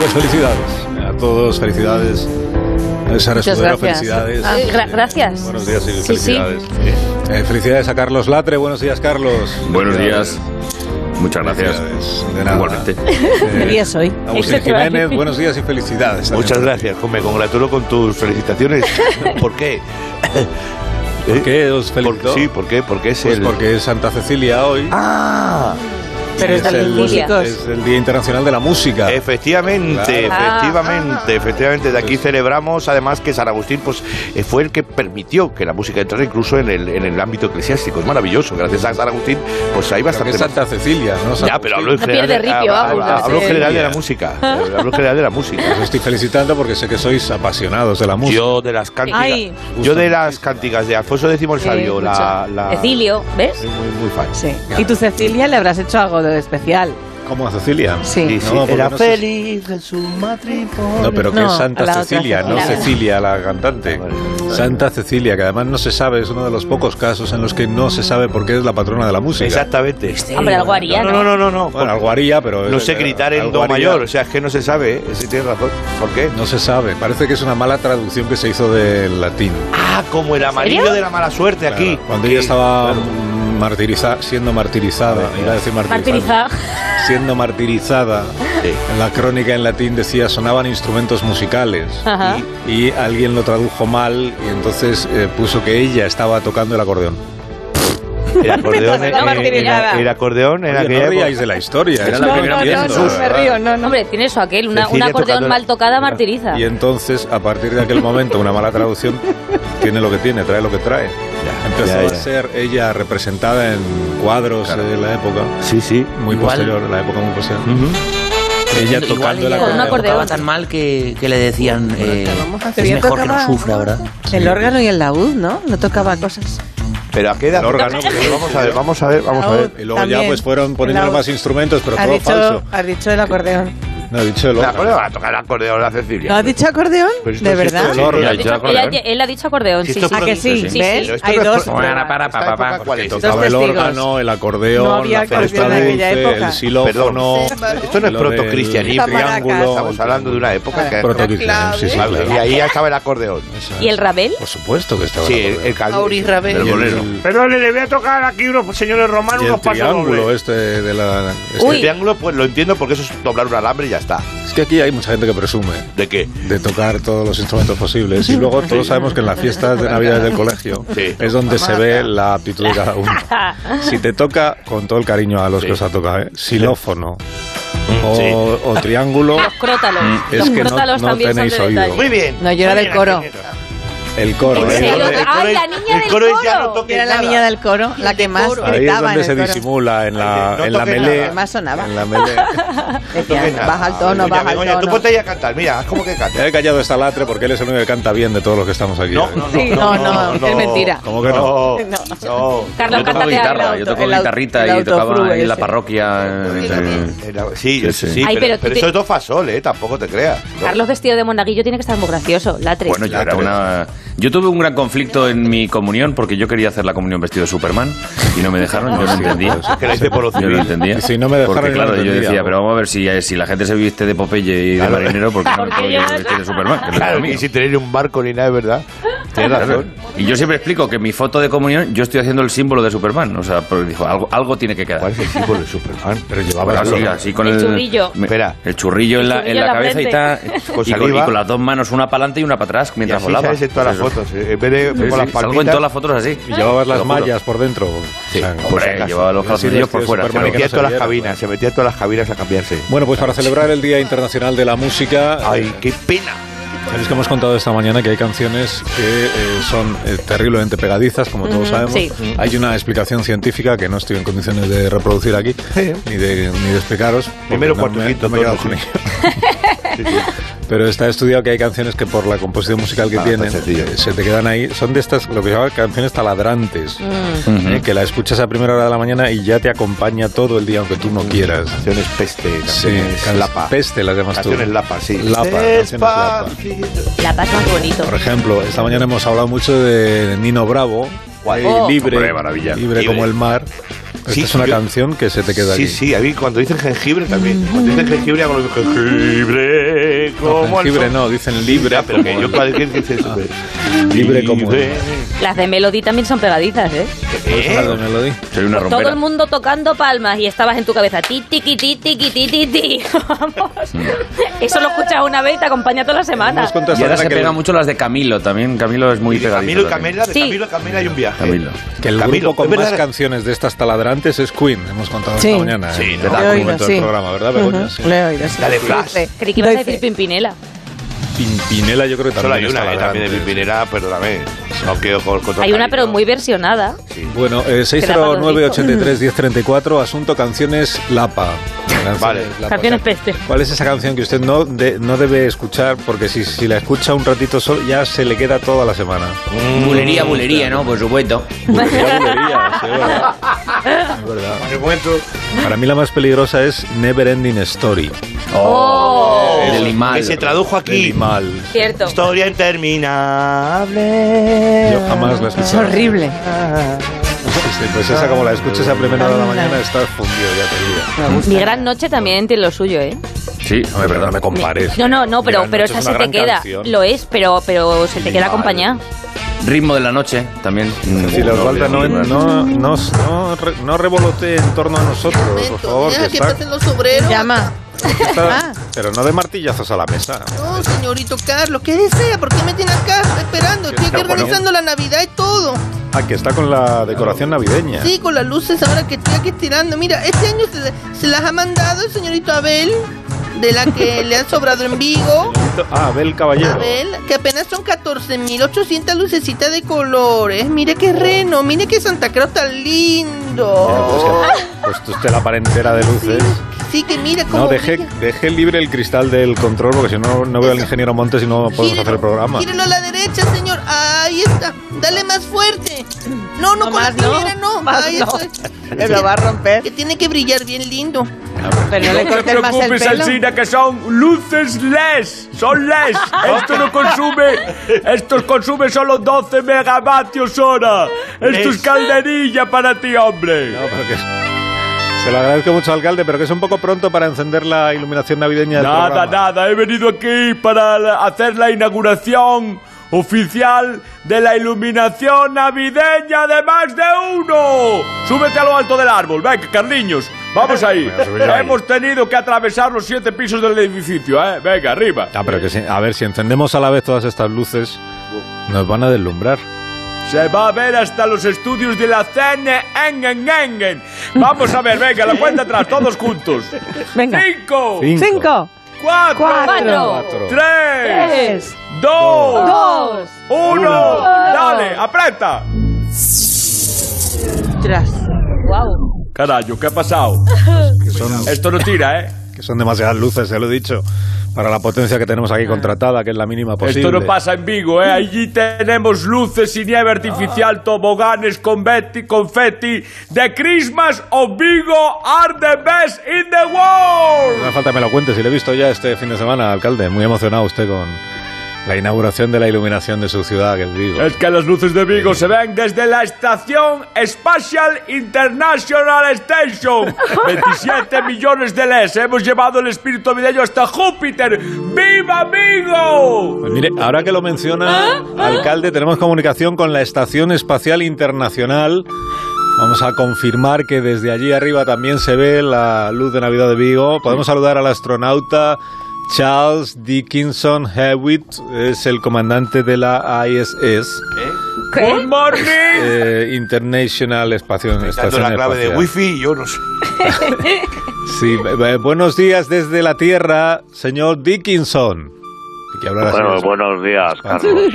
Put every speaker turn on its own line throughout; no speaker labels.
Pues felicidades a todos, felicidades. Sara
Muchas
Escudero,
gracias.
felicidades.
Ah, gra- gracias.
Buenos días y
Sí, sí.
felicidades. Eh, felicidades a Carlos Latre, buenos días Carlos.
Buenos
Felicidades.
días. Muchas gracias.
Felicidades. De nada.
Igualmente.
Eh,
día soy.
Agustín Jiménez, buenos días y felicidades.
Muchas gracias, Pues me congratulo con tus felicitaciones. ¿Por qué?
¿Por qué os
Por-
felicito?
sí, ¿por qué? Porque es
Pues
el...
porque es Santa Cecilia hoy.
Ah,
Pero es de los
el,
músicos.
es el Día Internacional de la Música.
efectivamente,
Claro.
efectivamente, efectivamente. De aquí celebramos, además, que San Agustín pues, eh, fue el que permitió que la música entrara incluso en el, en el ámbito eclesiástico. Es maravilloso. Gracias a San Agustín, pues hay
Porque
bastante...
es Santa Cecilia, ¿no? San
Ya, pero hablo
No
en general,
pierde
de-
ripio,
hablo-
vamos,
hablo en
eh.
general de la música. Hablo en general de la música.
Os estoy felicitando porque sé que sois apasionados de la música.
Yo de las cántigas,
Ay.
yo de las cántigas de Alfonso X el
Eh,
Sí,
Sabio, la,
mucho.
la-
Cecilio, ¿ves?
soy muy, muy fan.
Sí. Y tu Cecilia le habrás hecho algo de especial.
¿Cómo a Cecilia?
Sí.
Sí, sí,
No, porque
era
no sé si-
feliz en su matrimonio.
No, pero que
No,
es Santa
la otra
Cecilia, no
Cecilia.
Cecilia, la cantante.
Ah,
Santa Cecilia, que además no se sabe, es uno de los pocos casos en los que no se sabe por qué es la patrona de la música.
Exactamente.
Hombre, algo haría,
No,
¿no?
no, no, no. no.
Bueno, algo haría, pero...
no sé gritar en
algo
do
haría.
mayor, o sea, es que no se sabe, ¿eh? Sí, tienes razón. ¿Por qué?
No se sabe, parece que es una mala traducción que se hizo del latín.
Ah, como el amarillo de la mala suerte
Claro,
aquí.
Cuando
Que-
ella estaba
claro.
martiriza- siendo martirizada, iba a decir martirizada.
Martirizada.
Siendo martirizada,
Sí.
en la crónica en latín decía sonaban instrumentos musicales.
Ajá.
y alguien lo tradujo mal y entonces eh, puso que ella estaba tocando el acordeón.
El acordeón,
No,
era-
martirizada.
el acordeón en
Oye,
aquella
no
época-
ríais de la historia, era
Es
la
la
que
primera
estoy
vez que
viendo,
se
me
¿verdad?
río, no, no.
Hombre, tiene eso aquel, una,
Cecilia
un acordeón
tocando-
mal tocada martiriza.
Y entonces, a partir de aquel momento, una mala traducción tiene lo que tiene, trae lo que trae.
Ya,
Empezó
ya,
a
ya.
ser ella representada en cuadros eh,
Claro.
de la época,
Sí, sí.
muy
Igual.
posterior, de la época muy posterior.
Ujú.
Ella
Igual
tocando el
ella
Con un
acordeón.
acordeón.
tocaba tan mal que, que le decían eh, es mejor que no sufra, ¿verdad?
El órgano y el laúd, ¿no? No tocaba cosas.
Pero a qué edad.
El órgano,
Pero vamos a ver, vamos a ver, vamos a ver.
Y luego ya
También.
pues fueron
El
poniendo
laúd.
más instrumentos, pero
Has
todo falso.
dicho, has dicho el acordeón.
No, he dicho
El
el órgano.
acordeón va a tocar el acordeón la Cecilia.
¿No has dicho acordeón?
Pero esto
¿De
sí, esto
verdad?
es oro.
Él ha
Ya,
dicho-
ya, acordeón.
él ha- él ha dicho acordeón,
Si
sí,
esto
sí.
¿A que
produce,
sí?
sí.
¿Ves?
Pero esto
Hay
no es
dos.
por-
Para, para,
Esta
para,
época,
para,
¿cuál
que
es?
tocaba
Estaba el
testigos.
órgano, el
No
acordeón,
había
la flauta
acordeón en
dulce,
aquella época.
el xilófono.
Esto no es
lo
protocristianismo,
del
ya.
Estamos hablando de una época que.
Protocristianismo, sí, sí,
Vale,
claro.
Y ahí ya estaba el acordeón.
¿Y el Rabel?
Por supuesto que estaba.
Sí,
el
el,
acordeón.
el cal-
Auris Rabel.
del
Y el-
bolero.
Perdone, le voy a tocar aquí unos señores romanos
y el triángulo este de la. este-
El
Uy.
triángulo, pues lo entiendo porque eso es doblar un alambre y ya está.
Es que aquí hay mucha gente que presume
¿De qué?
de tocar todos los instrumentos posibles y luego todos sabemos que en las fiestas de Navidad del colegio
Sí.
es donde se ve la aptitud de cada uno. Si te toca, con todo el cariño a los
Sí.
que os ha tocado, ¿eh? xilófono o,
Sí.
o triángulo,
Los crótalos.
es
Los
que no,
crótalos
no
también
tenéis
son de
oído.
detalle.
Muy bien.
No, yo era
Muy
del
bien,
coro.
Angelito.
El coro,
¿En
¿eh?
serio?
El coro-
Ay,
el
la
coro-
niña
el
del
coro es ya no
coro.
toques
Era la
nada.
niña del coro, la que más
Ahí es
gritaba
donde
en
se
el coro.
disimula, en la,
No
en la
toques
melee.
nada.
Más sonaba.
En la melee.
No toques
Decían,
nada.
baja el tono,
Begoña,
baja el
Begoña, tú
tono.
ponte ahí a cantar. Mira, haz como que canta.
Ya he callado esta latre porque él es el único que canta bien de todos los que estamos aquí. ¿eh?
Sí, no, no, es mentira.
¿Cómo que
No,
no?
no.
Carlos,
yo tocaba
cántate algo.
guitarra, yo
El
tocaba
auto- el
guitarrita y
autofrue
tocaba en la
ese.
parroquia. eh,
Era- Sí,
Sí,
sí,
sí.
Ay,
pero,
pero tú
pero
te-
eso es dos fasol, ¿eh? Tampoco te creas. ¿no?
Carlos vestido de monaguillo tiene que estar muy gracioso. La tres.
Bueno, yo era una. Yo tuve un gran conflicto en mi comunión porque yo quería hacer la comunión vestido de Superman y no me dejaron, yo no entendía.
que la hice por lo
Yo
civil.
no entendía.
Y si no me dejaron,
Porque,
yo no
claro, yo
entendía.
decía, pero vamos a ver si, eh, si la gente se viste de Popeye y de marinero, porque no me puedo yo vestir de Superman? Que es lo que era
Claro,
mío.
y sin tener ni un barco ni nada, es verdad. Tienes
Claro.
razón.
Y yo siempre explico que en mi foto de comunión yo estoy haciendo el símbolo de Superman. O sea, porque dijo, algo, algo tiene que quedar.
¿Cuál es el símbolo de Superman? Pero
Bueno,
llevaba
así, así con
El
el,
churrillo.
me-
Espera.
El churrillo en la,
El
en la,
churrillo
cabeza y
en la
tal.
Con
Y con,
saliva.
y con las dos manos, una para adelante y una para atrás
Y
mientras
así
volaba.
sales en todas las
Pues eso.
fotos. eh, En vez de
Sí,
con
sí,
las
salgo en
palmitas.
todas las fotos así.
Y llevabas
Te
las
lo juro.
mallas por dentro.
Sí.
O sea,
Hombre,
por si
Hombre,
acaso.
llevaba los
Yo sí
calzoncillos
vestido
por
de
fuera.
Se
Superman y que
metía
no
en todas las
se viera.
cabinas, se metía en todas las cabinas a cambiarse.
Bueno, pues para celebrar el Día Internacional de la Música,
Ay, qué pena.
sabéis que hemos contado esta mañana que hay canciones que eh, son eh, terriblemente pegadizas, como todos sabemos.
sí.
Hay una explicación científica que no estoy en condiciones de reproducir aquí, ni de, ni de explicaros. porque
Primero,
no
cuarto y
me-
quinto
no me he quedado
tono,
con
sí.
ello. Pero está estudiado que hay canciones que por la composición musical que
Ah,
tienen
está sencillo.
eh, se te quedan ahí. Son de estas, lo que se llama canciones taladrantes,
Mm.
eh, que la escuchas a primera hora de la mañana y ya te acompaña todo el día, aunque tú no quieras.
Canciones peste,
Sí,
Mm. canciones
can-
lapa.
Peste las llamas tú.
Canciones lapa, sí.
Lapa, canciones lapa.
La paz más bonito.
Por ejemplo, esta mañana hemos hablado mucho de Nino Bravo,
Guay.
eh, libre,
Hombre, maravilla.
libre
Libre.
como el mar.
Sí,
Esta es una
yo-
canción que se te queda
Sí,
aquí.
sí, a mí cuando dicen jengibre también. Cuando dicen jengibre hago lo mismo. Jengibre,
No,
como el
jengibre
sol.
no, dicen libre.
Ya, pero que
como
yo
el-
cuando dicen que dice eso, pues,
Libre como el-
libre.
Las de Melody también son pegadizas, ¿eh?
¿Puedes hablar de Melody?
Soy una
Pues Todo el
rompera.
mundo tocando palmas y estabas en tu cabeza ti ti ti ti ti ti ti ti ti. Vamos.
Mm.
Eso lo escuchas una vez y te acompaña toda la semana.
Nos cuentas
Y ahora se
que,
pega mucho las de Camilo también. Camilo es muy
Y de Camilo
pegadizo.
y
también.
Camela, de
Sí.
Camilo y Camela hay un viaje.
Camilo.
que el
Camilo,
grupo con
es
más
verdad.
canciones de estas taladrantes es Queen. Hemos contado
Sí.
esta mañana.
Sí,
¿eh?
¿no?
Te da
Lo he
como
oído,
en todo
sí.
el programa, ¿verdad, Begoña?
Ujú,
Sí.
Le he oído, sí.
La de Flash.
Creí que ibas a
Doy fe.
decir Pimpinela.
Pimpinela yo creo que
Solo
también
hay
es
una, eh,
taladrante.
también de Pimpinera, perdóname. No quiero con, con todo
Hay una
cariño.
pero muy versionada.
Bueno, eh,
da para los
609-83-1034, asunto canciones Lapa. Canciones
Vale.
Lapa.
Canciones
O sea,
peste.
¿Cuál es esa canción que usted no, de- no debe escuchar? Porque si, si la escucha un ratito solo, ya se le queda toda la semana.
Bulería, bulería, ¿no? Por supuesto.
Bulería, bulería, sí, es verdad. Es verdad. Para mí la más peligrosa es Never Ending Story.
Oh,
De Limal.
Que se tradujo
Del
aquí.
Imal.
cierto.
Historia interminable.
Yo jamás la he
Es
escuchado.
horrible.
Sí, pues esa como la escuches a primera hora de la mañana estás fundido, ya te digo.
Mi gran noche también tiene lo suyo, ¿eh?
Sí,
Pero no
hombre, perdón.
me compares.
No, no, no, pero,
Gran
pero
Noche
esa
es
se
una
te
gran
queda.
canción.
Lo es, pero, pero se te queda
Limal.
acompañada.
Ritmo de la noche también.
Si la Osvalda no, no, no, no, re- no revolotee en torno a nosotros, por favor.
Deja
que
que
está-
pasen los obreros.
Llama.
que está-
Ah.
pero no de martillazos a la mesa.
No, señorito Carlos, ¿qué desea? ¿Por qué me tiene acá esperando? Estoy aquí
Pero bueno.
organizando la Navidad y todo.
Ah, que está con la decoración navideña.
Sí, con las luces ahora que estoy aquí tirando. Mira, este año se, se las ha mandado el señorito Abel, de la que le ha sobrado en Vigo.
Ah, Abel Caballero.
Abel, que apenas son 14.800 lucecitas de colores. Mire qué reno, mire qué Santa Claus tan
Mira, pues,
lindo.
que- pues tú usted la parentera de
Ah. Sí,
luces.
sí, que mire cómo
No, dejé,
brilla.
dejé libre el cristal del control porque si no, no veo al ingeniero Montes y no podemos
Gírelo,
hacer el programa.
Gírelo a la derecha, señor. Ahí está. Dale más fuerte. No, no,
No
con
más,
la
no.
primera no.
Más
Ahí
no.
está.
Me lo va a
Que
romper.
tiene que brillar bien lindo.
Pero no le cortes más el pelo.
que son luces LES. Son LES. Esto no consume. Esto consume solo 12 megavatios hora.
Esto es
calderilla para ti, hombre.
E No, pero que- Se lo agradezco mucho, alcalde, pero que es un poco pronto para encender la iluminación navideña del programa.
nada. He venido aquí para la- hacer la inauguración oficial de la iluminación navideña de más de uno. Súbete a lo alto del árbol. Venga, Carliños. Vamos ahí.
Voy a subir ahí.
Hemos tenido que atravesar los siete pisos del edificio, ¿eh? Venga, arriba.
Ah, pero que si- a ver, si encendemos a la vez todas estas luces, nos van a deslumbrar.
Se va a ver hasta los estudios de la CNN. Vamos a ver, venga, la cuenta atrás, todos juntos.
Venga.
Cinco,
Cinco.
cuatro,
Cuatro.
Cuatro.
tres,
Tres.
dos,
Dos.
uno. Dale, aprieta.
Tras.
Wow.
Carajo, ¿qué ha pasado?
Que son,
Esto no tira, ¿eh?
que son demasiadas luces, ya lo he dicho, para la potencia que tenemos aquí contratada, que es la mínima posible.
Ah. Esto no pasa en Vigo, ¿eh? Allí tenemos luces y nieve artificial, toboganes, confeti, confeti. The Christmas of Vigo are the best in the
No
world.
hace falta que me lo cuentes, si lo he visto ya este fin de semana, alcalde. Muy emocionado usted con la inauguración de la iluminación de su ciudad, que digo.
Es que las luces de Vigo se ven desde la estación Spatial International Station. 27 millones de les. Hemos llevado el espíritu navideño hasta Júpiter. ¡Viva Vigo!
Pues mire, ahora que lo menciona, alcalde, tenemos comunicación con la Estación Espacial Internacional. Vamos a confirmar que desde allí arriba también se ve la luz de Navidad de Vigo. Podemos saludar al astronauta Charles Dickinson Hewitt, es el comandante de la ISS,
Good morning.
eh, International Espacio-
Dando
Estación
la clave de
Espacial.
wifi, yo no sé.
Sí, eh, buenos días desde la Tierra, señor Dickinson. que hablar así.
Bueno, buenos días,
Ah,
Carlos.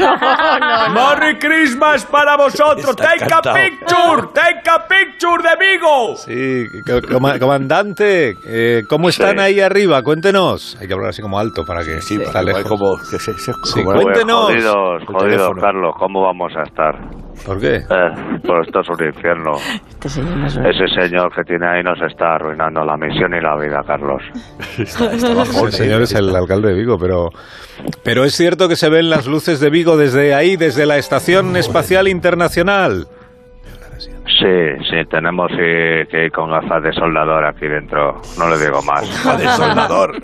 Merry Christmas para vosotros. Take
encantado.
a picture, take a picture de Vigo.
Sí, co- coma- comandante, eh, ¿cómo están
Sí.
ahí arriba? Cuéntenos. Hay que hablar así como alto para que sí, está lejos. Como, sí,
Pues,
cuéntenos.
jodidos,
El
jodidos,
teléfono.
Carlos, ¿cómo vamos a estar?
¿Por qué?
pues esto es un infierno.
Este
Ese señor que tiene ahí nos está arruinando la misión y la vida, Carlos.
El señor es el alcalde de Vigo, pero, pero es cierto que se ven las luces de Vigo desde ahí, desde la Estación Espacial Internacional.
Sí, sí, tenemos eh, que ir con gafas de soldador aquí dentro. No le digo más.
Gafas de soldador.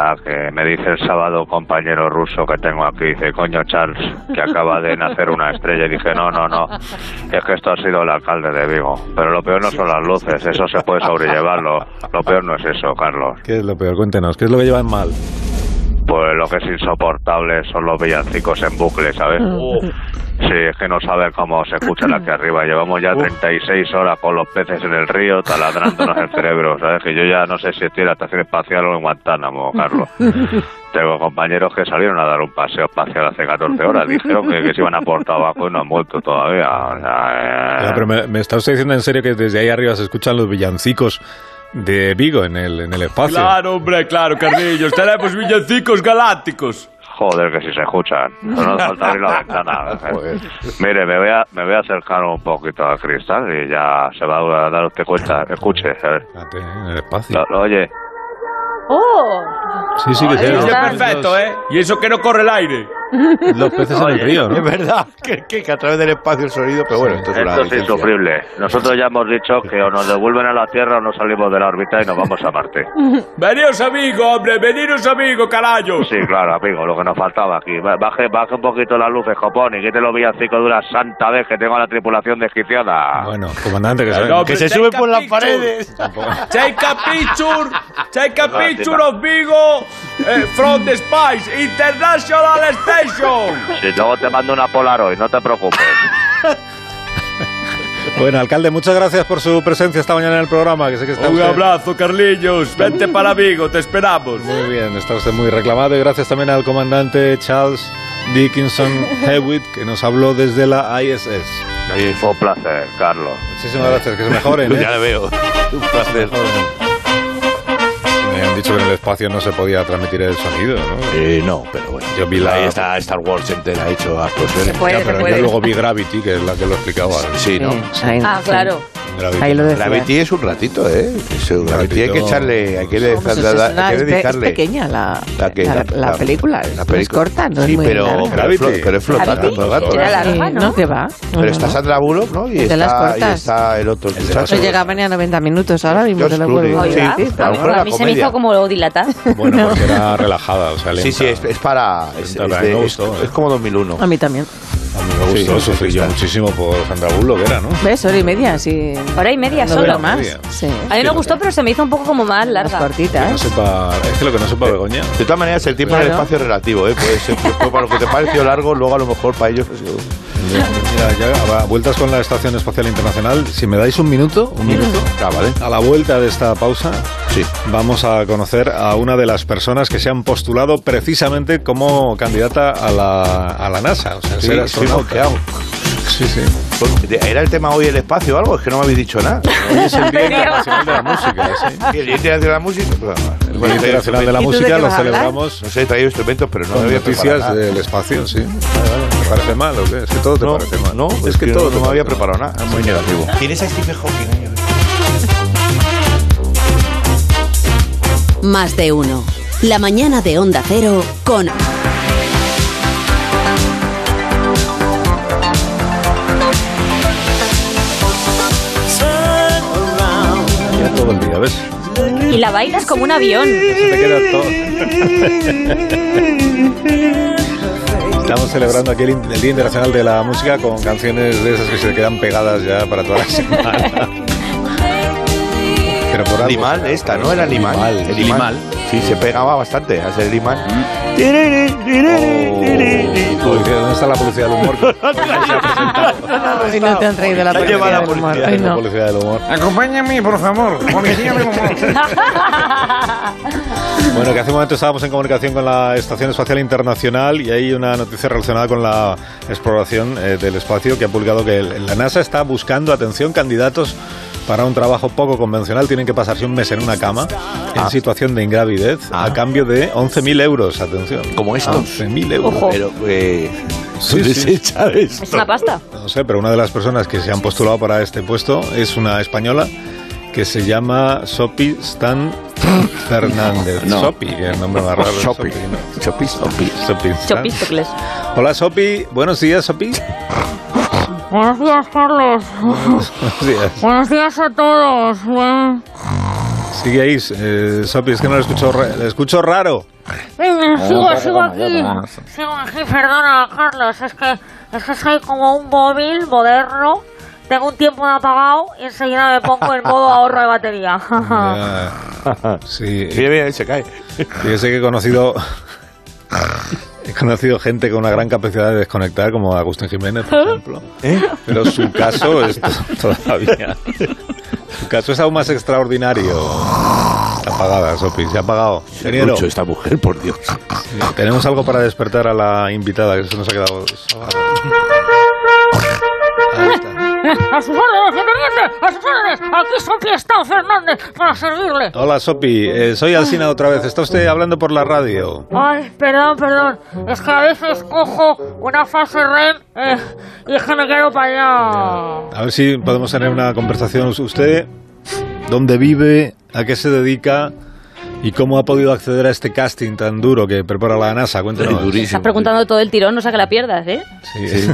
Ah, que me dice el sábado compañero ruso que tengo aquí, dice, coño Charles, que acaba de nacer una estrella. Y dije, no, no, no, es que esto ha sido el alcalde de Vigo. Pero lo peor no son las luces, eso se puede sobrellevarlo. Lo peor no es eso, Carlos.
¿Qué es lo peor? Cuéntenos, ¿qué es lo que llevan mal?
Pues lo que es insoportable son los villancicos en bucle, ¿sabes? Sí, es que no sabes cómo se escuchan aquí arriba. Llevamos ya 36 horas con los peces en el río taladrándonos el cerebro, ¿sabes? Que yo ya no sé si estoy en la estación espacial o en Guantánamo, Carlos. Tengo compañeros que salieron a dar un paseo espacial hace 14 horas. Dijeron que, que se iban a por tabaco y no han vuelto todavía. O sea, eh,
Ah.
Ya, pero me, me está usted diciendo en serio que desde ahí arriba se escuchan los villancicos de Vigo en el, en el espacio.
Claro, hombre, claro, Carrillos. Tenemos villancicos galácticos.
Joder, que si se escuchan. No nos falta abrir la ventana. ¿eh? Mire, me voy, a, me voy a acercar un poquito al cristal y ya se va a dar usted cuenta. Escuche, a ver.
En el espacio.
Lo- lo oye.
¡Oh!
Sí, sí, que
Eso
sí.
es perfecto, ¿eh? Y eso que no corre el aire.
Los peces en el río,
Es
¿no?
verdad, que, que- que a través del espacio el sonido, pero bueno, esto es una
Esto es
licencia.
insufrible. Nosotros ya hemos dicho que o nos devuelven a la Tierra o nos salimos de la órbita y nos vamos a Marte.
Veníos, amigo, hombre, veníos, amigo, carayos.
Sí, claro, amigo, lo que nos faltaba aquí. Ba- Baje, baje un poquito las luces, copón, y quítelo villancico de una santa vez que tengo a la tripulación desquiciada.
Bueno, comandante, que
Ah. No,
sabe.
hombre,
se
take
sube
a
por las
picture.
paredes.
Take a picture, take a picture of Vigo eh, from the Spice International Station.
Si luego te mando una Polaroid, no te preocupes.
Bueno, alcalde, muchas gracias por su presencia esta mañana en el programa, que sé que está
Un
usted-
abrazo, Carlillos. Vente para Vigo, te esperamos.
Muy bien, está usted muy reclamado y gracias también al comandante Charles Dickinson Hewitt que nos habló desde la ISS.
Fue un placer, Carlos.
Muchísimas gracias, que se mejoren. ¿eh?
Ya lo veo. Un placer.
Me han dicho que en el espacio no se podía transmitir el sonido, ¿no?
Eh, no, pero bueno.
Yo vi la-
Ahí está Star Wars entera hecho actuaciones.
Puede,
Ya,
se
pero
puede.
yo luego vi Gravity, que es la que lo explicaba.
Sí, ¿no?
Ahí-
Ah, claro.
Gravity.
Ahí lo decía.
Gravity es un ratito, ¿eh? Es un Gravity hay que
ratito.
echarle, hay que
Hombre,
dedicarle.
Pues eso es una-
hay que
es pe- es
dedicarle.
pequeña la,
La que-
la-
la-
la
la-
película,
la
no es
película.
corta, no
Sí,
es muy
pero,
larga.
pero, es flo-
Gravity.
pero es flotante
Gravity.
todo el rato.
Era la-
¿eh?
Sí,
larga, ¿no?
no, que va. No,
Pero
no,
está
no.
Sandra Bullock, ¿no? Y
Es de las
está, y
cortas.
está el otro.
No llegaba ni a 90 minutos ahora mismo,
George
te lo
Clooney.
vuelvo a
Sí,
Oiga,
decir.
a lo mejor
a
era
mí se me
comedia.
hizo como dilatar.
Bueno, porque era relajada, o sea,
Sí, sí, es,
lenta.
es para. Es,
Lenta,
es
pero a mí
de-
me
es-
gustó, ¿eh?
es como 2001.
A mí también.
A mí me
Sí,
gustó,
sí,
sufrí
sí,
yo
está.
muchísimo por Sandra Bullock, era, ¿no?
¿Ves? Hora y media, sí.
Hora y media
no
solo.
dura más.
Hora y media.
Sí. ¿eh?
A mí me gustó, pero se me hizo un poco como más
Las
larga.
Que no
cortitas.
sepa, es que lo que no sepa Begoña.
De todas maneras, el tiempo en el
Claro.
espacio es relativo, ¿eh? Puede ser que para lo que te pareció largo, luego a lo mejor para ellos. pues, es-
Mira, ya, ahora, vueltas con la Estación Espacial Internacional. Si me dais un minuto,
Mm.
un minuto.
Ah, vale.
A la vuelta de esta pausa,
Sí.
vamos a conocer a una de las personas que se han postulado precisamente como candidata a la, a la NASA. O sea,
Sí,
ser
estoy
astronauta.
bloqueado.
Sí, sí.
pues, ¿Era el tema hoy el espacio o algo? Es que no me habéis dicho nada.
Hoy es el Día Internacional de la Música. sí.
¿Y el Día Internacional de la Música?
El Día Internacional de la
¿Y tú de
Música
qué
lo
vas a hablar?
celebramos
No sé, he traído instrumentos, pero no me
con
había preparado
noticias
nada.
del espacio, sí. ¿Te parece mal o qué? Es que todo te
No,
parece mal.
no, pues
es que
no-
todo
no
te
me había
parece mal.
preparado nada.
Muy negativo.
¿Tienes a Steve Hawking?
Más de uno. La mañana de Onda Cero con
Ya todo el día, ¿ves?
Y la bailas como un avión.
Se te queda todo. Estamos celebrando aquí el, in- el Día Internacional de la Música con canciones de esas que se quedan pegadas ya para toda la semana. Pero por algo
Limal,
será,
esta,
por
¿no?
algo
Era
será.
Limal. El Limal. Mm. Sí, se pegaba bastante a ser Limal.
Oh. O- o hicieron está la policía del humor.
Hoy no te han traído la policía del humor.
La
Hoy no.
policía del humor.
Acompáñame, por favor. Policía de
Bueno, que hace un momento estábamos en comunicación con la Estación Espacial Internacional y hay una noticia relacionada con la exploración eh, del espacio que ha publicado que el- la NASA está buscando, atención, candidatos para un trabajo poco convencional. Tienen que pasarse un mes en una cama en situación de ingravidez a cambio de 11.000 euros, atención.
Como estos.
11.000 euros.
Ojo.
Pero, eh,
Sí,
se
sí.
desecha esto.
Es una pasta.
No sé, pero una de las personas que se han postulado para este puesto es una española que se llama Sopi Stan Fernández.
No.
Sopi, que es el nombre más raro.
Shopping.
Sopi,
Shopping.
¿no?
Shopping.
Sopi Stan.
Chopistocles.
Hola Sopi, buenos días Sopi.
Buenos días, Carlos.
Buenos días.
Buenos días a todos. Bueno,
Sigue ahí, eh, Sopi, es que no lo escucho, ra- lo escucho raro.
venga, sigo, sigo aquí. Sigo aquí, perdona, Carlos. Es que, es que soy como un móvil moderno. Tengo un tiempo de apagado y enseguida me pongo en modo ahorro de batería.
Ah. Ya. Sí,
Mira, mira, ahí se cae.
fíjese que he conocido... He conocido gente con una gran capacidad de desconectar, como Agustín Jiménez, por ejemplo.
¿Eh?
Pero su caso es to- todavía. Su caso es aún más extraordinario. Está apagada, Sopi, se ha apagado. Ingeniero,
Mucho esta mujer, por Dios.
tenemos algo para despertar a la invitada que se nos ha quedado. sobada. Ahí está.
a sus órdenes, dependiente, a sus órdenes. Aquí son Fiestán Fernández para servirle.
Hola Sopi, eh, soy Alsina otra vez. Está usted hablando por la radio.
Ay, perdón, perdón. Es que a veces cojo una fase REM eh, y es que me quedo para allá.
A ver si podemos tener una conversación. ¿Usted dónde vive? ¿A qué se dedica? ¿Y cómo ha podido acceder a este casting tan duro que prepara la NASA? Cuéntanos.
Estás preguntando todo el tirón, no sea que la pierdas, ¿eh?
Sí.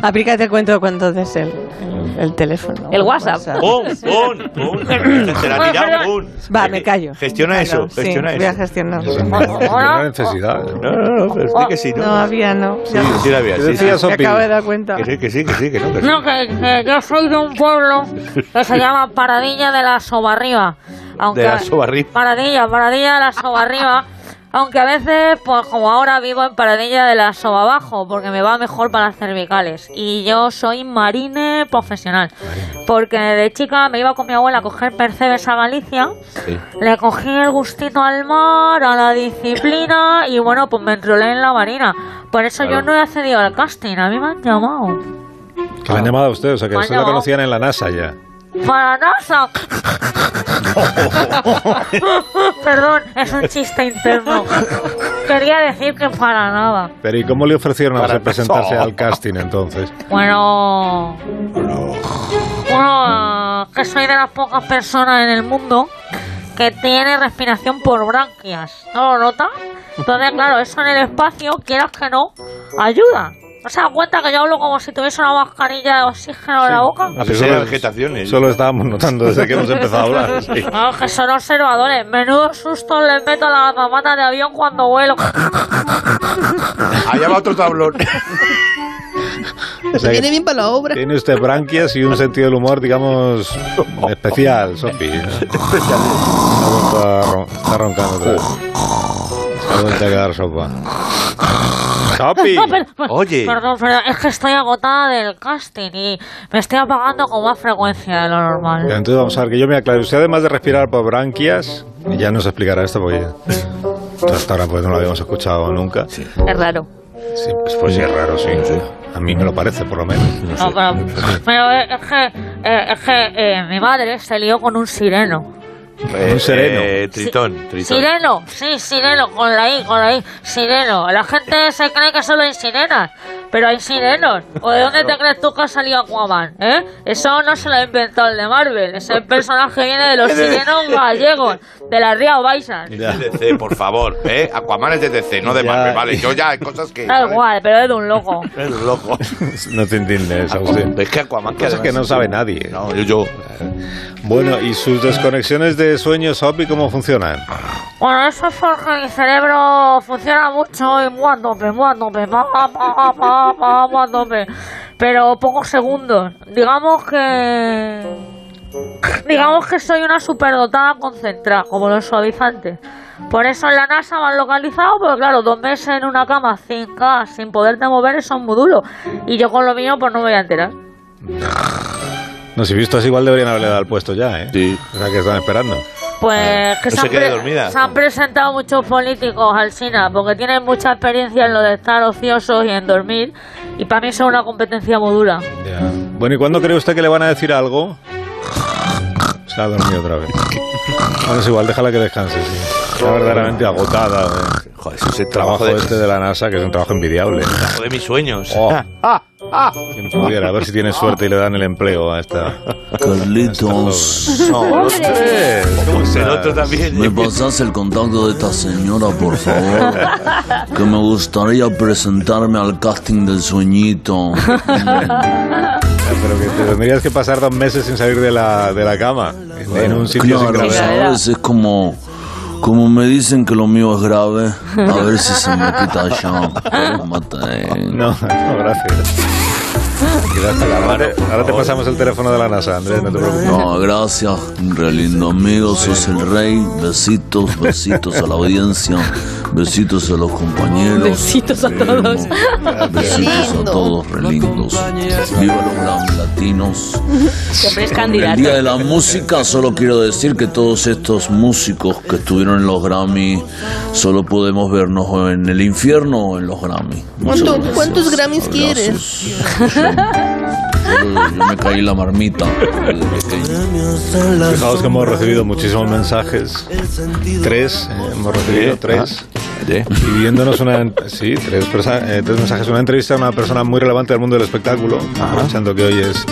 Aplícate el cuento cuando des el, el, el teléfono.
El WhatsApp.
¡Pon! ¡Pon! ¡Pon! Te la ha tirado, pon.
Va, me callo.
Eh, Gestiona
Me
eso,
callo, sí,
gestiona
Voy a
eso.
gestionar.
Es una- es una necesidad.
No, no, no, pero sí que sí,
No
¿no?
había, no.
Sí, sí, la había,
¿Qué
sí, sí.
decía
Me
Sopi?
acabo de dar cuenta.
Que sí, que sí, que sí, que no, que sí.
No, que, que yo soy de un pueblo que se llama Paradilla de la Sobarriba. Aunque,
De la Sobarriba.
Paradilla, Paradilla de la Sobarriba. Aunque a veces, pues como ahora vivo en Paradilla de la Sobabajo, porque me va mejor para las cervicales. Y yo soy marine profesional. Porque de chica me iba con mi abuela a coger percebes a Galicia. Le cogí el gustito al mar, a la disciplina y bueno, pues me enrolé en la marina. Por eso yo no he accedido al casting, a mí me han llamado.
Que la han llamado a usted, o sea que
Bueno.
usted la conocían en la NASA ya.
Para NASA. Perdón, es un chiste interno. Quería decir que para nada.
Pero ¿y cómo le ofrecieron a
Para-
usted presentarse al casting entonces?
Bueno. Bueno, que soy de las pocas personas en el mundo que tiene respiración por branquias. ¿No lo nota? Entonces, claro, eso en el espacio, quieras que no, ayuda. ¿No se da cuenta que yo hablo como si tuviese una mascarilla de oxígeno en la boca?
A pesar de las vegetaciones.
Solo estábamos notando desde que hemos empezado a hablar. sí.
Ah, que son observadores. Menudo susto les meto a las zapatas de avión cuando vuelo.
Allá Ah, va otro tablón.
O sea que-
Viene bien para la obra.
Tiene usted branquias y un sentido del humor, digamos, especial, Sopi. ¿no? Ha vuelto a ron- Está roncando otra vez. Se Ha vuelto a quedar sopa. ¡Sopi!
No, pero- pero-
Oye.
Perdón, pero es que estoy agotada del casting y me estoy apagando con más frecuencia de lo
Ya,
normal.
Entonces vamos a ver, que yo me aclare. Usted además de respirar por branquias, y ya nos explicará esto porque ya- hasta ahora pues no lo habíamos escuchado nunca. Sí,
Es raro.
pues, pues sí, es raro, sí. A mí me lo parece, por lo menos.
No, pero, pero es que, eh, es que eh, mi madre se lió con un sireno.
Un sereno.
Eh, tritón, tritón.
Sireno, sí, sireno, con la I, con la I, sireno. La gente se cree que solo hay sirenas, pero hay sirenos. ¿O de dónde te crees tú que ha salido Aquaman? ¿Eh? Eso no se lo ha inventado el de Marvel, ese personaje viene de los sirenos gallegos, de las Rías Baixas.
Ya.
Es de DC, por favor. ¿eh? Aquaman es de DC, no de
Ya.
Marvel, vale. Yo ya, hay cosas que.
Da igual, pero es de un loco.
Es loco.
No te entiendes, Agustín.
Ah, Es que Aquaman que
Cosas que no
además-
sabe nadie.
No, yo, yo.
Bueno, ¿y sus desconexiones de sueño, Sopi, cómo funcionan?
Bueno, eso es porque mi cerebro funciona mucho y muy a tope, muy a tope, pa, pa, pa, pa, pa, muy a tope. Pero pocos segundos. Digamos que. Digamos que soy una superdotada concentrada, como los suavizantes. Por eso en la NASA me han localizado, porque claro, dos meses en una cama, 5K, sin poderte mover, eso es muy duro. Y yo con lo mío, pues no me voy a enterar.
No, si vistos igual deberían haberle dado el puesto ya, ¿eh? Sí. O sea, que están esperando.
Pues que
Eh, No
se,
se
han
quede
pre-
dormida.
se han presentado muchos políticos al SINA porque tienen mucha experiencia en lo de estar ociosos y en dormir. Y para mí eso es una competencia muy dura.
Bueno, ¿y cuándo cree usted que le van a decir algo? Se ha dormido otra vez. Bueno, es igual, déjala que descanse, sí. Está verdaderamente agotada. Joder, ese trabajo, este de la NASA, que es un trabajo envidiable.
de mis sueños.
Oh. Quien pudiera, a ver si tiene suerte y le dan el empleo a esta.
Carlitos.
No, los tres. ¿Cómo estás?
el otro también. ¿Me pasas el contacto de esta señora, por favor? Que me gustaría presentarme al casting del sueñito.
Ya, Pero que te tendrías que pasar dos meses sin salir de la, de la cama. en- en un sitio sin
claro,
gravedad.
¿sabes? Es como, como me dicen que lo mío es grave. A ver si se me quita ya.
No, no, gracias. Gracias, Ahora, te- ahora te pasamos el teléfono de la NASA, Andrés, no te preocupes.
No, gracias, re lindo amigo, sos el rey. Besitos, besitos a la audiencia, besitos a los compañeros.
Besitos a todos.
Besitos a todos, re lindos. Viva los gran latinos.
Siempre es
El
candidato.
día de la música, solo quiero decir que todos estos músicos que estuvieron en los Grammy, solo podemos vernos o en el infierno o en los Grammy. Muchas
¿Cuánto-
gracias.
¿Cuántos Grammys quieres?
Yo me caí la marmita. el pequeño.
Fijaos que hemos recibido muchísimos mensajes. Tres, eh, hemos recibido
¿Sí?
tres. Pidiéndonos una. Sí, tres, persa- eh, tres mensajes. Una entrevista a una persona muy relevante del mundo del espectáculo. Aprovechando que hoy es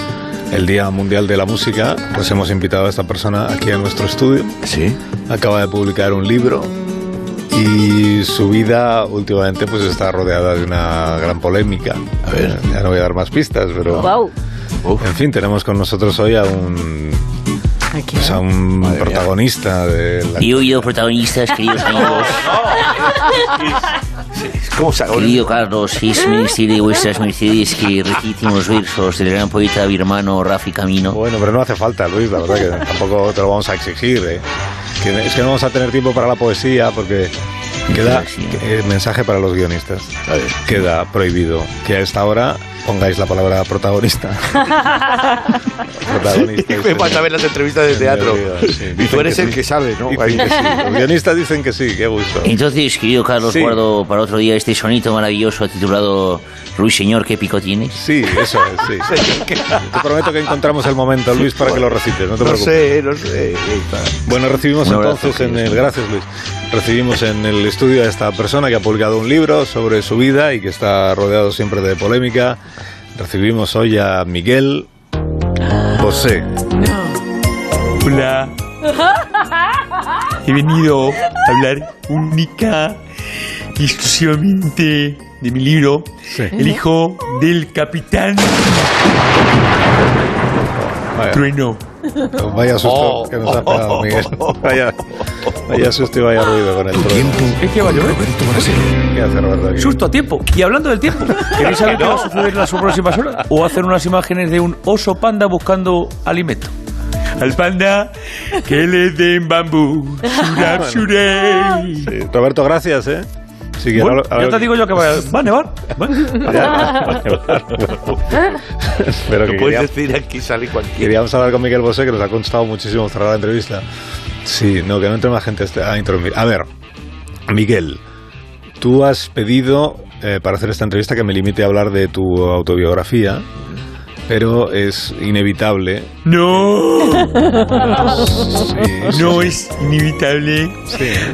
el Día Mundial de la Música, pues hemos invitado a esta persona aquí a nuestro estudio. Sí. Acaba de publicar un libro. Y su vida últimamente pues está rodeada de una gran polémica. A ver. Ya no voy a dar más pistas, pero.
Guau.
En fin, tenemos con nosotros hoy a un, pues a un protagonista de la...
Y hoy los protagonistas, queridos amigos. ¿Cómo Querido Carlos, es ministerio de vuestras mercedes que recitemos versos del gran poeta birmano Rafi Camino.
Ah, Bueno, pero no hace falta, Luis, la verdad que tampoco te lo vamos a exigir. ¿eh? Que- es que no vamos a tener tiempo para la poesía porque queda eh, mensaje para los guionistas. Queda prohibido que a esta hora pongáis la palabra protagonista. protagonista
Me pasa ver las entrevistas de teatro. Y tú eres el que
sale,
¿no?
Dicen que sí. Los guionistas dicen que sí, qué gusto.
Entonces, querido Carlos,
Sí.
guardo para otro día este sonito maravilloso titulado Ruiseñor, qué pico tienes.
Sí, eso es, sí. Te prometo que encontramos el momento, Luis, para que lo recites, no te preocupes.
sé, no sé.
Bueno, recibimos
Un abrazo,
entonces en
querido.
el. Gracias, Luis. Recibimos en el estudio a esta persona que ha publicado un libro sobre su vida y que está rodeado siempre de polémica. Recibimos hoy a Miguel José.
Hola, he venido a hablar única y exclusivamente de mi libro, El hijo del capitán Trueno.
Vaya susto que nos ha pegado, Miguel. Vaya, vaya susto y vaya ruido con el tiempo.
Es que va a llover.
¿Qué hace Roberto aquí?
Susto a tiempo. Y hablando del tiempo, ¿queréis saber qué va a suceder en las próximas horas? ¿O hacer unas imágenes de un oso panda buscando alimento? Al panda que le den bambú. Shurap,
Bueno.
shurap.
Sí, Roberto, gracias, ¿eh? Sí, que
Bueno,
ahora- ahora-
yo te digo yo que va a, va a nevar.
Ya, Pero
Lo puedes
que quería-
decir aquí, sale cualquier.
Queríamos hablar con Miguel Bosé, que nos ha costado muchísimo cerrar la entrevista. Sí, no, que no entre más gente a este- a interrumpir. A ver, Miguel, tú has pedido eh, para hacer esta entrevista que me limite a hablar de tu autobiografía, pero es inevitable.
¡No! no es inevitable.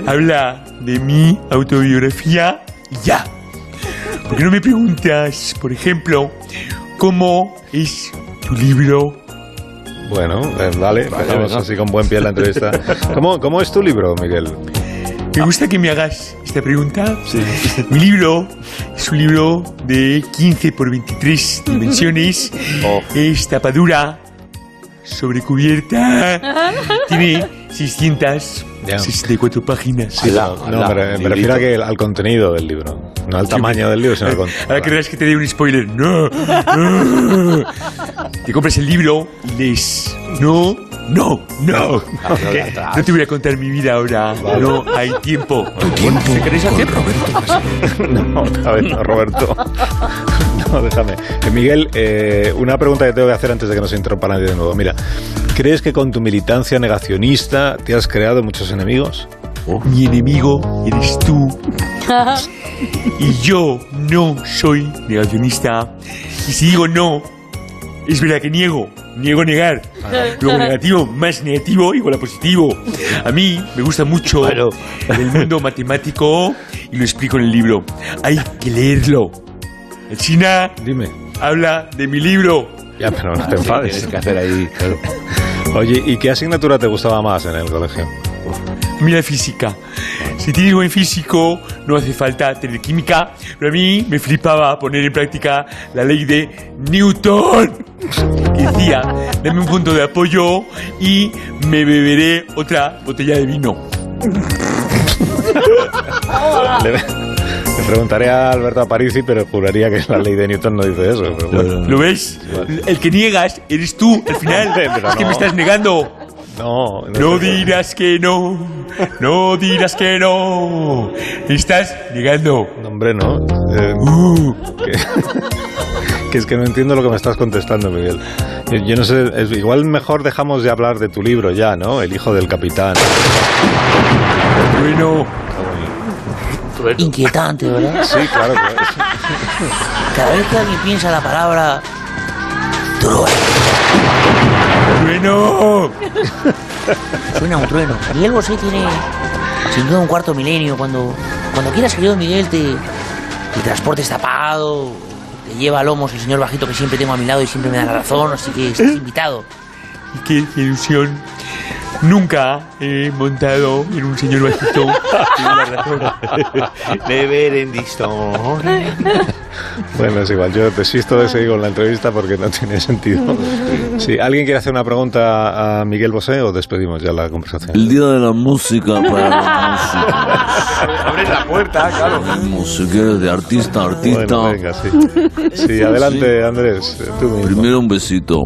Habla de mi autobiografía y ya. Porque no me preguntas, por ejemplo, cómo es tu libro.
Bueno, eh, vale, empezamos así con buen pie la entrevista. ¿Cómo, ¿Cómo es tu libro, Miguel?
Me gusta que me hagas esta pregunta. Mi libro es un libro de 15 por 23 dimensiones. Es tapadura sobre cubierta. Tiene 664 páginas.
Sí, no, no, me, me refiero a que al contenido del libro, no al tamaño del libro, sino al contenido.
Ahora querrás que te dé un spoiler. No. no. Te compras el libro y lees. No No, no.
Ah, no,
¿Qué?
atrás.
No te voy a contar mi vida ahora. No hay tiempo. ¿Qué queréis hacer?
No, a ver, no, Roberto. No, déjame. Eh, Miguel, eh, una pregunta que tengo que hacer antes de que nos interrumpa nadie de nuevo. Mira, ¿crees que con tu militancia negacionista te has creado muchos enemigos?
Mi enemigo eres tú. Y yo no soy negacionista. Y si digo no, es verdad que niego. Niego negar. Luego negativo, más negativo, igual a positivo. A mí me gusta mucho el mundo matemático y lo explico en el libro. Hay que leerlo. La China
Dime.
habla de mi libro.
Ya, pero no te enfades.
Tienes
que hacer ahí,
Oye, ¿y qué asignatura te gustaba más en el colegio?
Mira física. Si tienes buen físico, no hace falta tener química. Pero a mí me flipaba poner en práctica la ley de Newton. Que decía, dame un punto de apoyo y me beberé otra botella de vino.
Le, le preguntaré a Alberto Aparici, pero juraría que la ley de Newton no dice eso. pero bueno.
¿Lo ves? El que niegas eres tú. Al final,
Hombre, pero
es que
no.
me estás negando.
No,
No dirás que no, no dirás que no. Estás negando. Uh,
No, hombre, no. Eh, que, que es que no entiendo lo que me estás contestando, Miguel. Yo, yo no sé, es- igual mejor dejamos de hablar de tu libro ya, ¿no? El hijo del capitán.
Bueno.
Inquietante, ¿verdad?
Sí, claro. claro.
Cada vez que alguien piensa la palabra
trueno.
Suena un trueno. Miguel Bosé tiene sin duda un cuarto milenio. Cuando, cuando quieras, querido Miguel, te, el transporte está tapado, te lleva a lomos el señor bajito que siempre tengo a mi lado y siempre me da la razón, así que estás invitado.
Y qué ilusión. Nunca he montado en un señor bajito.
Beber en distón.
Bueno, es igual. Yo desisto de seguir con la entrevista porque no tiene sentido. Sí, ¿alguien quiere hacer una pregunta a Miguel Bosé o despedimos ya la conversación?
El día de la música para los
Abres la puerta, claro.
musiqueros de artista a artista.
Bueno, venga, sí. Sí, adelante, Andrés. Tú mismo.
Primero un besito.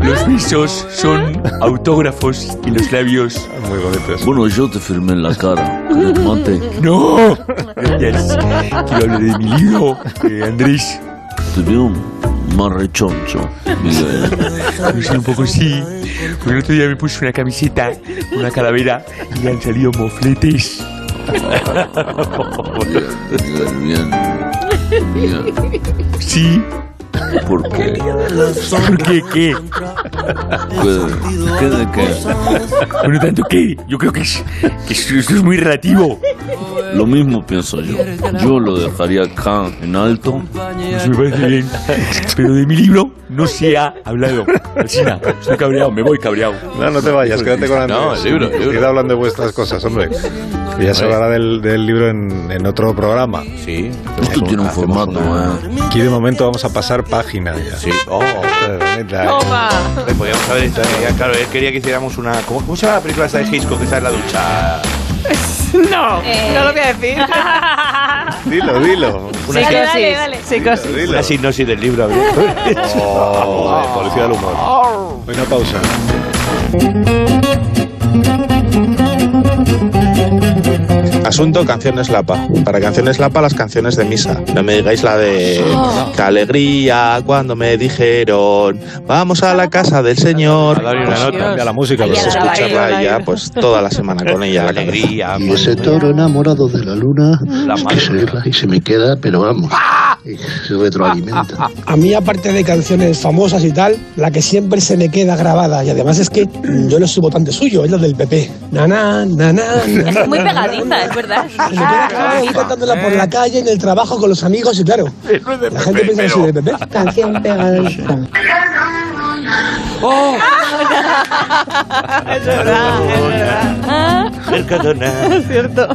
Los besos son autógrafos y los labios.
Muy bonitos.
Bueno, yo te firmé en la cara. ¿Querés mate?
¡No! Gracias. Quiero hablar de mi libro, de Andrés.
Te veo más rechoncho, Miguel.
Pues un poco sí, porque el otro día me puse una camiseta, una calavera y le han salido mofletes.
Miguel, bien. Bien.
Sí,
¿Por qué?
¿por qué qué?
¿Qué, qué de qué?
Bueno, tanto qué, yo creo que, es, que es- esto es muy relativo.
Lo mismo pienso yo. Yo lo dejaría acá en alto.
Pues me parece bien, pero de mi libro no se ha hablado. China, estoy cabreado, me voy cabreado.
No, no te vayas, quédate con Andrés.
No, el libro, el libro.
Queda hablando de vuestras cosas, hombre. Que ya se hablará del, del libro en, en otro programa.
Sí.
Esto tiene un formato, ¿eh?
Aquí de momento vamos a pasar página ya.
Sí. Oh, Le podíamos haber hecho. eh, Claro, él quería que hiciéramos una. ¿Cómo, cómo se llama la película esa de Hitchcock que está en la ducha?
No, Oh.
Eh,
no lo voy a decir.
Dilo, dilo.
Una
Dale, dale,
psicosis.
dale.
Psicosis.
Dilo.
Una sinopsis del libro. habría-
Oh, de policía del humor. Una pausa.
Asunto Canciones Lapa. Para Canciones Lapa las canciones de misa. No me digáis la de
Oh.
qué alegría cuando me dijeron vamos a la casa del Señor.
una nota.
Cambia la música.
Pues
por favor.
escucharla y ya pues toda la semana con ella. la
alegría.
Y ese toro enamorado de la luna
La
es que
madre.
se, la- y se me queda, pero vamos, y se retroalimenta.
A mí, aparte de canciones famosas y tal, la que siempre se me queda grabada, y además es que mm, yo no soy votante suyo, es la del PP. Na, na, na, na, na,
Es muy
na, na.
pegadiza, es verdad.
Se me queda grabada voy cantándola por la calle, en el trabajo, con los amigos y claro. La gente piensa que soy del PP. Canción pegadiza.
Oh. es verdad, es verdad.
Mercadona.
Es cierto.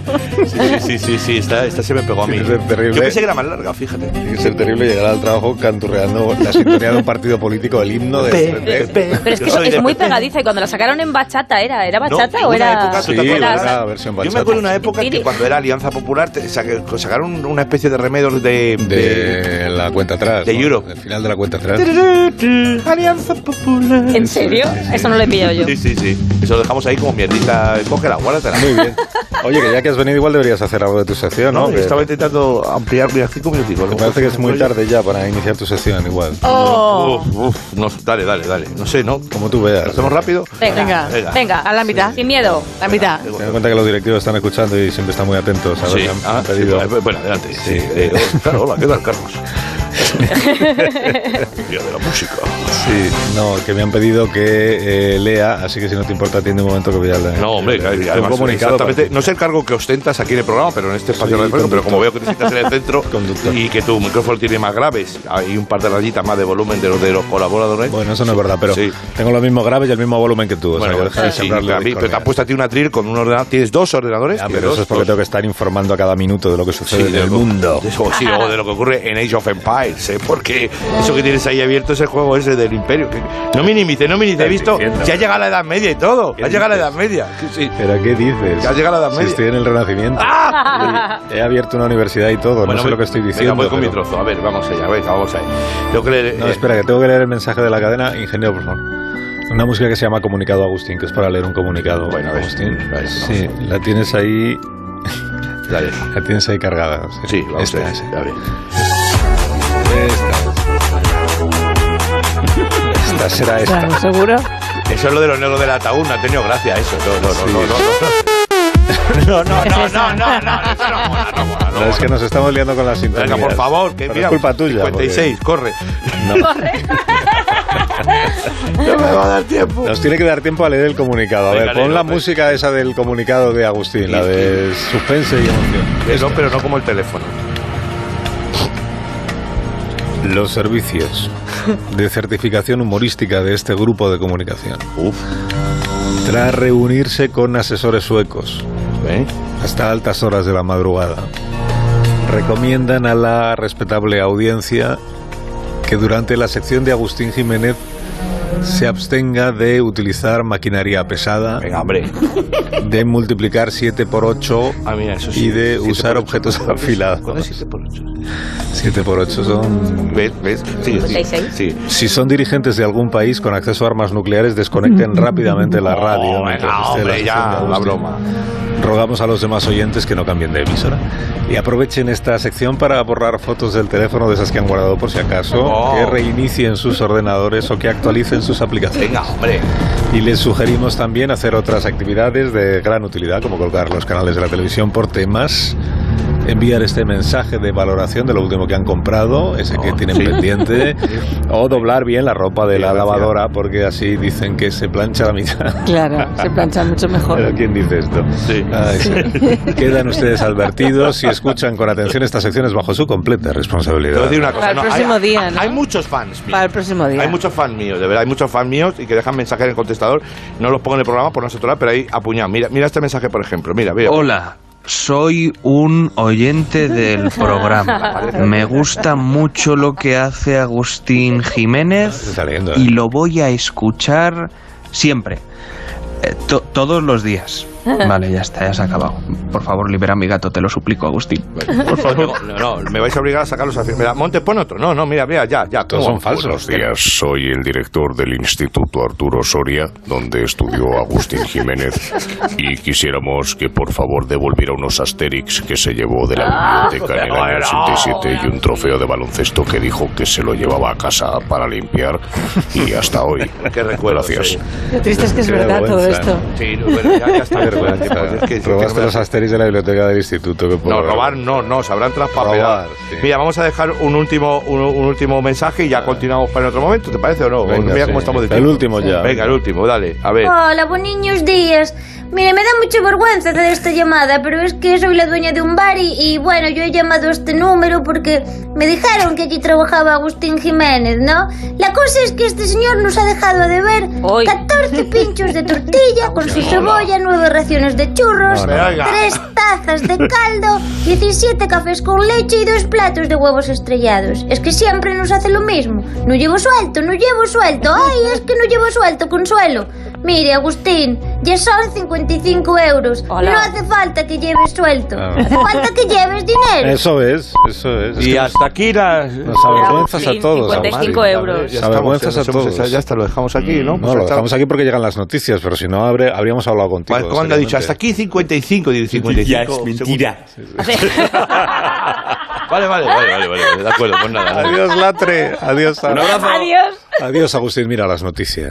Sí, sí, sí, sí, esta, esta se me pegó a mí.
terrible.
Yo pensé que era más larga, fíjate.
Tiene que ser terrible llegar al trabajo canturreando la sintonía de un partido político, el himno de...
Pero es que eso es muy pegadiza y cuando la sacaron en bachata era, ¿era bachata o era...?
Sí,
era-
era versión
Yo me
bachata.
acuerdo de una época que cuando era Alianza Popular te saca- sacaron una especie de remedios de,
De la cuenta atrás.
De
¿no?
Euro.
Del final de la cuenta atrás.
Alianza Popular. ¿En serio? Eso no lo he pillado yo.
Sí, sí, sí. Eso lo dejamos ahí como mierdita. Cógela, guárdatela.
Muy bien. Oye, que ya que has venido igual deberías hacer algo de tu sección, ¿no?
No,
Que-
estaba intentando ampliar mira, cinco minutos.
Me parece que es muy tarde ya para iniciar tu sección igual.
Oh.
Uf, uf, no, dale, dale, dale. No sé, ¿no?
Como tú veas.
¿Lo hacemos rápido?
Venga,
Venga.
venga, a la mitad.
Sin miedo.
La mitad.
Ten en cuenta que los directivos están escuchando y siempre están muy atentos a ver
Sí.
qué han
Ah, sí,
pedido.
bueno, bueno, adelante.
Sí.
Eh, oh, claro, hola, ¿qué tal, Carlos? Día de la música.
Sí, no, que me han pedido que eh, lea, así que si no te importa, atiende un momento que voy a leer.
No, hombre, claro, y
Un
además,
comunicado
exactamente,
para ti.
no sé el cargo que ostentas aquí en el programa, pero en este espacio
Soy
de radio, pero
conductor.
como veo que te sientas en el centro y que tu micrófono tiene más graves, hay un par de rayitas más de volumen de los, de los colaboradores.
Bueno, eso no es verdad, pero
Sí.
tengo los mismos graves y el mismo volumen que tú. o sea,
Bueno,
que
bueno,
deja de
sí,
sembrar la
a mí, pero te
discordia.
han puesto a ti un atril con un ordenador. Tienes dos ordenadores.
Ya,
Tienes
pero eso
dos,
es porque
dos.
tengo que estar informando a cada minuto de lo que sucede en
de
el
lo-
mundo.
de eso, sí, o de lo que ocurre en Age of Empires, ¿eh? porque eso que tienes ahí abierto es el juego ese del Imperio. que- no minimice, no minimice. He visto,
diciendo?
ya ha llegado la Edad Media y todo.
¿Qué
Ya ha llegado la
dices?
Edad Media. Sí, sí.
¿Pero qué dices?
Ya ha llegado la Edad
Si
Media.
estoy en el Renacimiento. He abierto una universidad y todo, no Pues sé
voy-
lo que estoy
venga,
diciendo.
voy con mi
pero-
trozo. A ver, vamos allá, venga, vamos allá. Tengo que leer,
No,
eh,
espera, que tengo que leer el mensaje de la cadena. Ingeniero, por favor. Una música que se llama Comunicado Agustín, que es para leer un comunicado. Bueno, Agustín. sí, la tienes ahí.
La,
tienes ahí cargada. Sí,
vamos
Esta,
a ver,
esa.
a ver.
Esta será esta.
Claro, ¿Seguro?
Eso es lo de los negros del ataúd, no ha tenido gracia eso. No, no, no, no, no, no. No, no, no, no, no, no, eso no mola, no mola, no
No, es que
mola.
nos estamos liando con la sintonía.
Venga, por favor, que mira,
es culpa tuya.
56, corre.
No.
No me va a dar tiempo.
Nos tiene que dar tiempo a leer el comunicado. A
Venga,
ver, pon
léelo,
la
venga.
música esa del comunicado de Agustín, la de suspense y emoción.
Eh, No, pero no como el teléfono.
Los servicios de certificación humorística de este grupo de comunicación. Tras reunirse con asesores suecos
¿Eh?
hasta altas horas de la madrugada, recomiendan a la respetable audiencia que durante la sección de Agustín Jiménez se abstenga de utilizar maquinaria pesada, de multiplicar 7 por 8
Ah, mira, eso sí.
y de
Siete
usar
por ocho.
objetos
¿Cuándo es-
afilados.
cuándo es siete por ocho?
7 por 8 son...
¿Ves? ¿Ves? Sigue, sigue, sigue.
Si son dirigentes de algún país con acceso a armas nucleares, desconecten rápidamente la radio.
Oh,
mientras
venga,
esté
hombre,
la sección de
ya, la
Agustín.
broma.
Rogamos a los demás oyentes que no cambien de emisora. Y aprovechen esta sección para borrar fotos del teléfono de esas que han guardado por si acaso,
Oh.
que reinicien sus ordenadores o que actualicen sus aplicaciones.
Venga, hombre.
Y les sugerimos también hacer otras actividades de gran utilidad, como colgar los canales de la televisión por temas, enviar este mensaje de valoración de lo último que han comprado, ese que tienen
Oh, sí.
pendiente, o doblar bien la ropa de la lavadora, porque así dicen que se plancha la mitad.
Claro, se plancha mucho
Pero
mejor.
¿quién dice esto? Ay, sí. Quedan ustedes advertidos si escuchan con atención estas secciones bajo su completa
Te voy a
responsabilidad.
decir una cosa.
Para el
no, hay-
próximo día, ¿no?
Hay muchos fans míos.
Para el próximo día.
Hay muchos fans míos, de verdad, hay muchos fans míos y que dejan mensajes en el contestador. No los pongo en el programa por no saturar, pero ahí apuñado. Mira, mira este mensaje, por ejemplo. Mira, mira.
Oh,
Hola, soy un oyente del programa. Me gusta mucho lo que hace Agustín Jiménez y lo voy a escuchar siempre. Eh, to- todos los días. Vale, ya está, ya se ha acabado. Por favor, libera a mi gato, te lo suplico, Agustín.
Por favor, no, no, no, me vais a obligar a sacarlos a Mira, Montes, pon otro. No, no, mira, mira, ya, ya. ¿cómo?
Buenos días, soy el director del Instituto Arturo Soria, donde estudió Agustín Jiménez, y quisiéramos que por favor devolviera unos Asterix que se llevó de la biblioteca en el año 87 y un trofeo de baloncesto que dijo que se lo llevaba a casa para limpiar, y hasta hoy.
Qué recuerdo.
Gracias.
Lo triste es que es
Qué
verdad todo
vergüenza.
esto.
¿eh? Sí, no, bueno, ya, ya está.
Qué
vergüenza, pues, es que- es que
Robaste
no me-
los asteris de la biblioteca del instituto. qué
No,
pobre.
robar no, no, se habrán traspapelado.
Robar, sí. Ah.
Mira, vamos a dejar un último, un, un último mensaje y ya continuamos para otro momento, ¿te parece o no?
Venga,
mira
sí.
cómo estamos
El
diciendo.
último ya.
Venga, el último, dale, a ver.
Hola, buenos días. Mire, me da mucha vergüenza hacer esta llamada, pero es que soy la dueña de un bar y, y, bueno, yo he llamado a este número porque me dijeron que aquí trabajaba Agustín Jiménez, ¿no? La cosa es que este señor nos ha dejado de ver 14 pinchos de tortilla con su cebolla, nueve raciones de churros,
No, no. Oiga.
tres tazas de caldo, 17 cafés con leche y dos platos de huevos estrellados. Es que siempre nos hace lo mismo. No llevo suelto, no llevo suelto. Ay, es que no llevo suelto, consuelo. Mire, Agustín, ya son 55 euros.
Hola.
No hace falta que lleves suelto.
Ah.
Hace falta que lleves dinero.
Eso es, eso es.
Y hasta
aquí las... Nos avergüenzas a todos.
55
Amari.
euros.
Nos avergüenzas a todos. Mm,
Ya hasta lo dejamos aquí, ¿no? Pues
No, Pues lo dejamos aquí porque llegan las noticias, pero si no habré- habríamos hablado contigo.
Cuando Pues ha dicho hasta aquí
seriamente.
55, digo 55.
Ya es mentira.
Vale, vale, vale, vale, vale, de acuerdo, pues nada.
Adiós, Latre. Adiós, Sara.
Adiós.
Adiós, Agustín. Mira las noticias.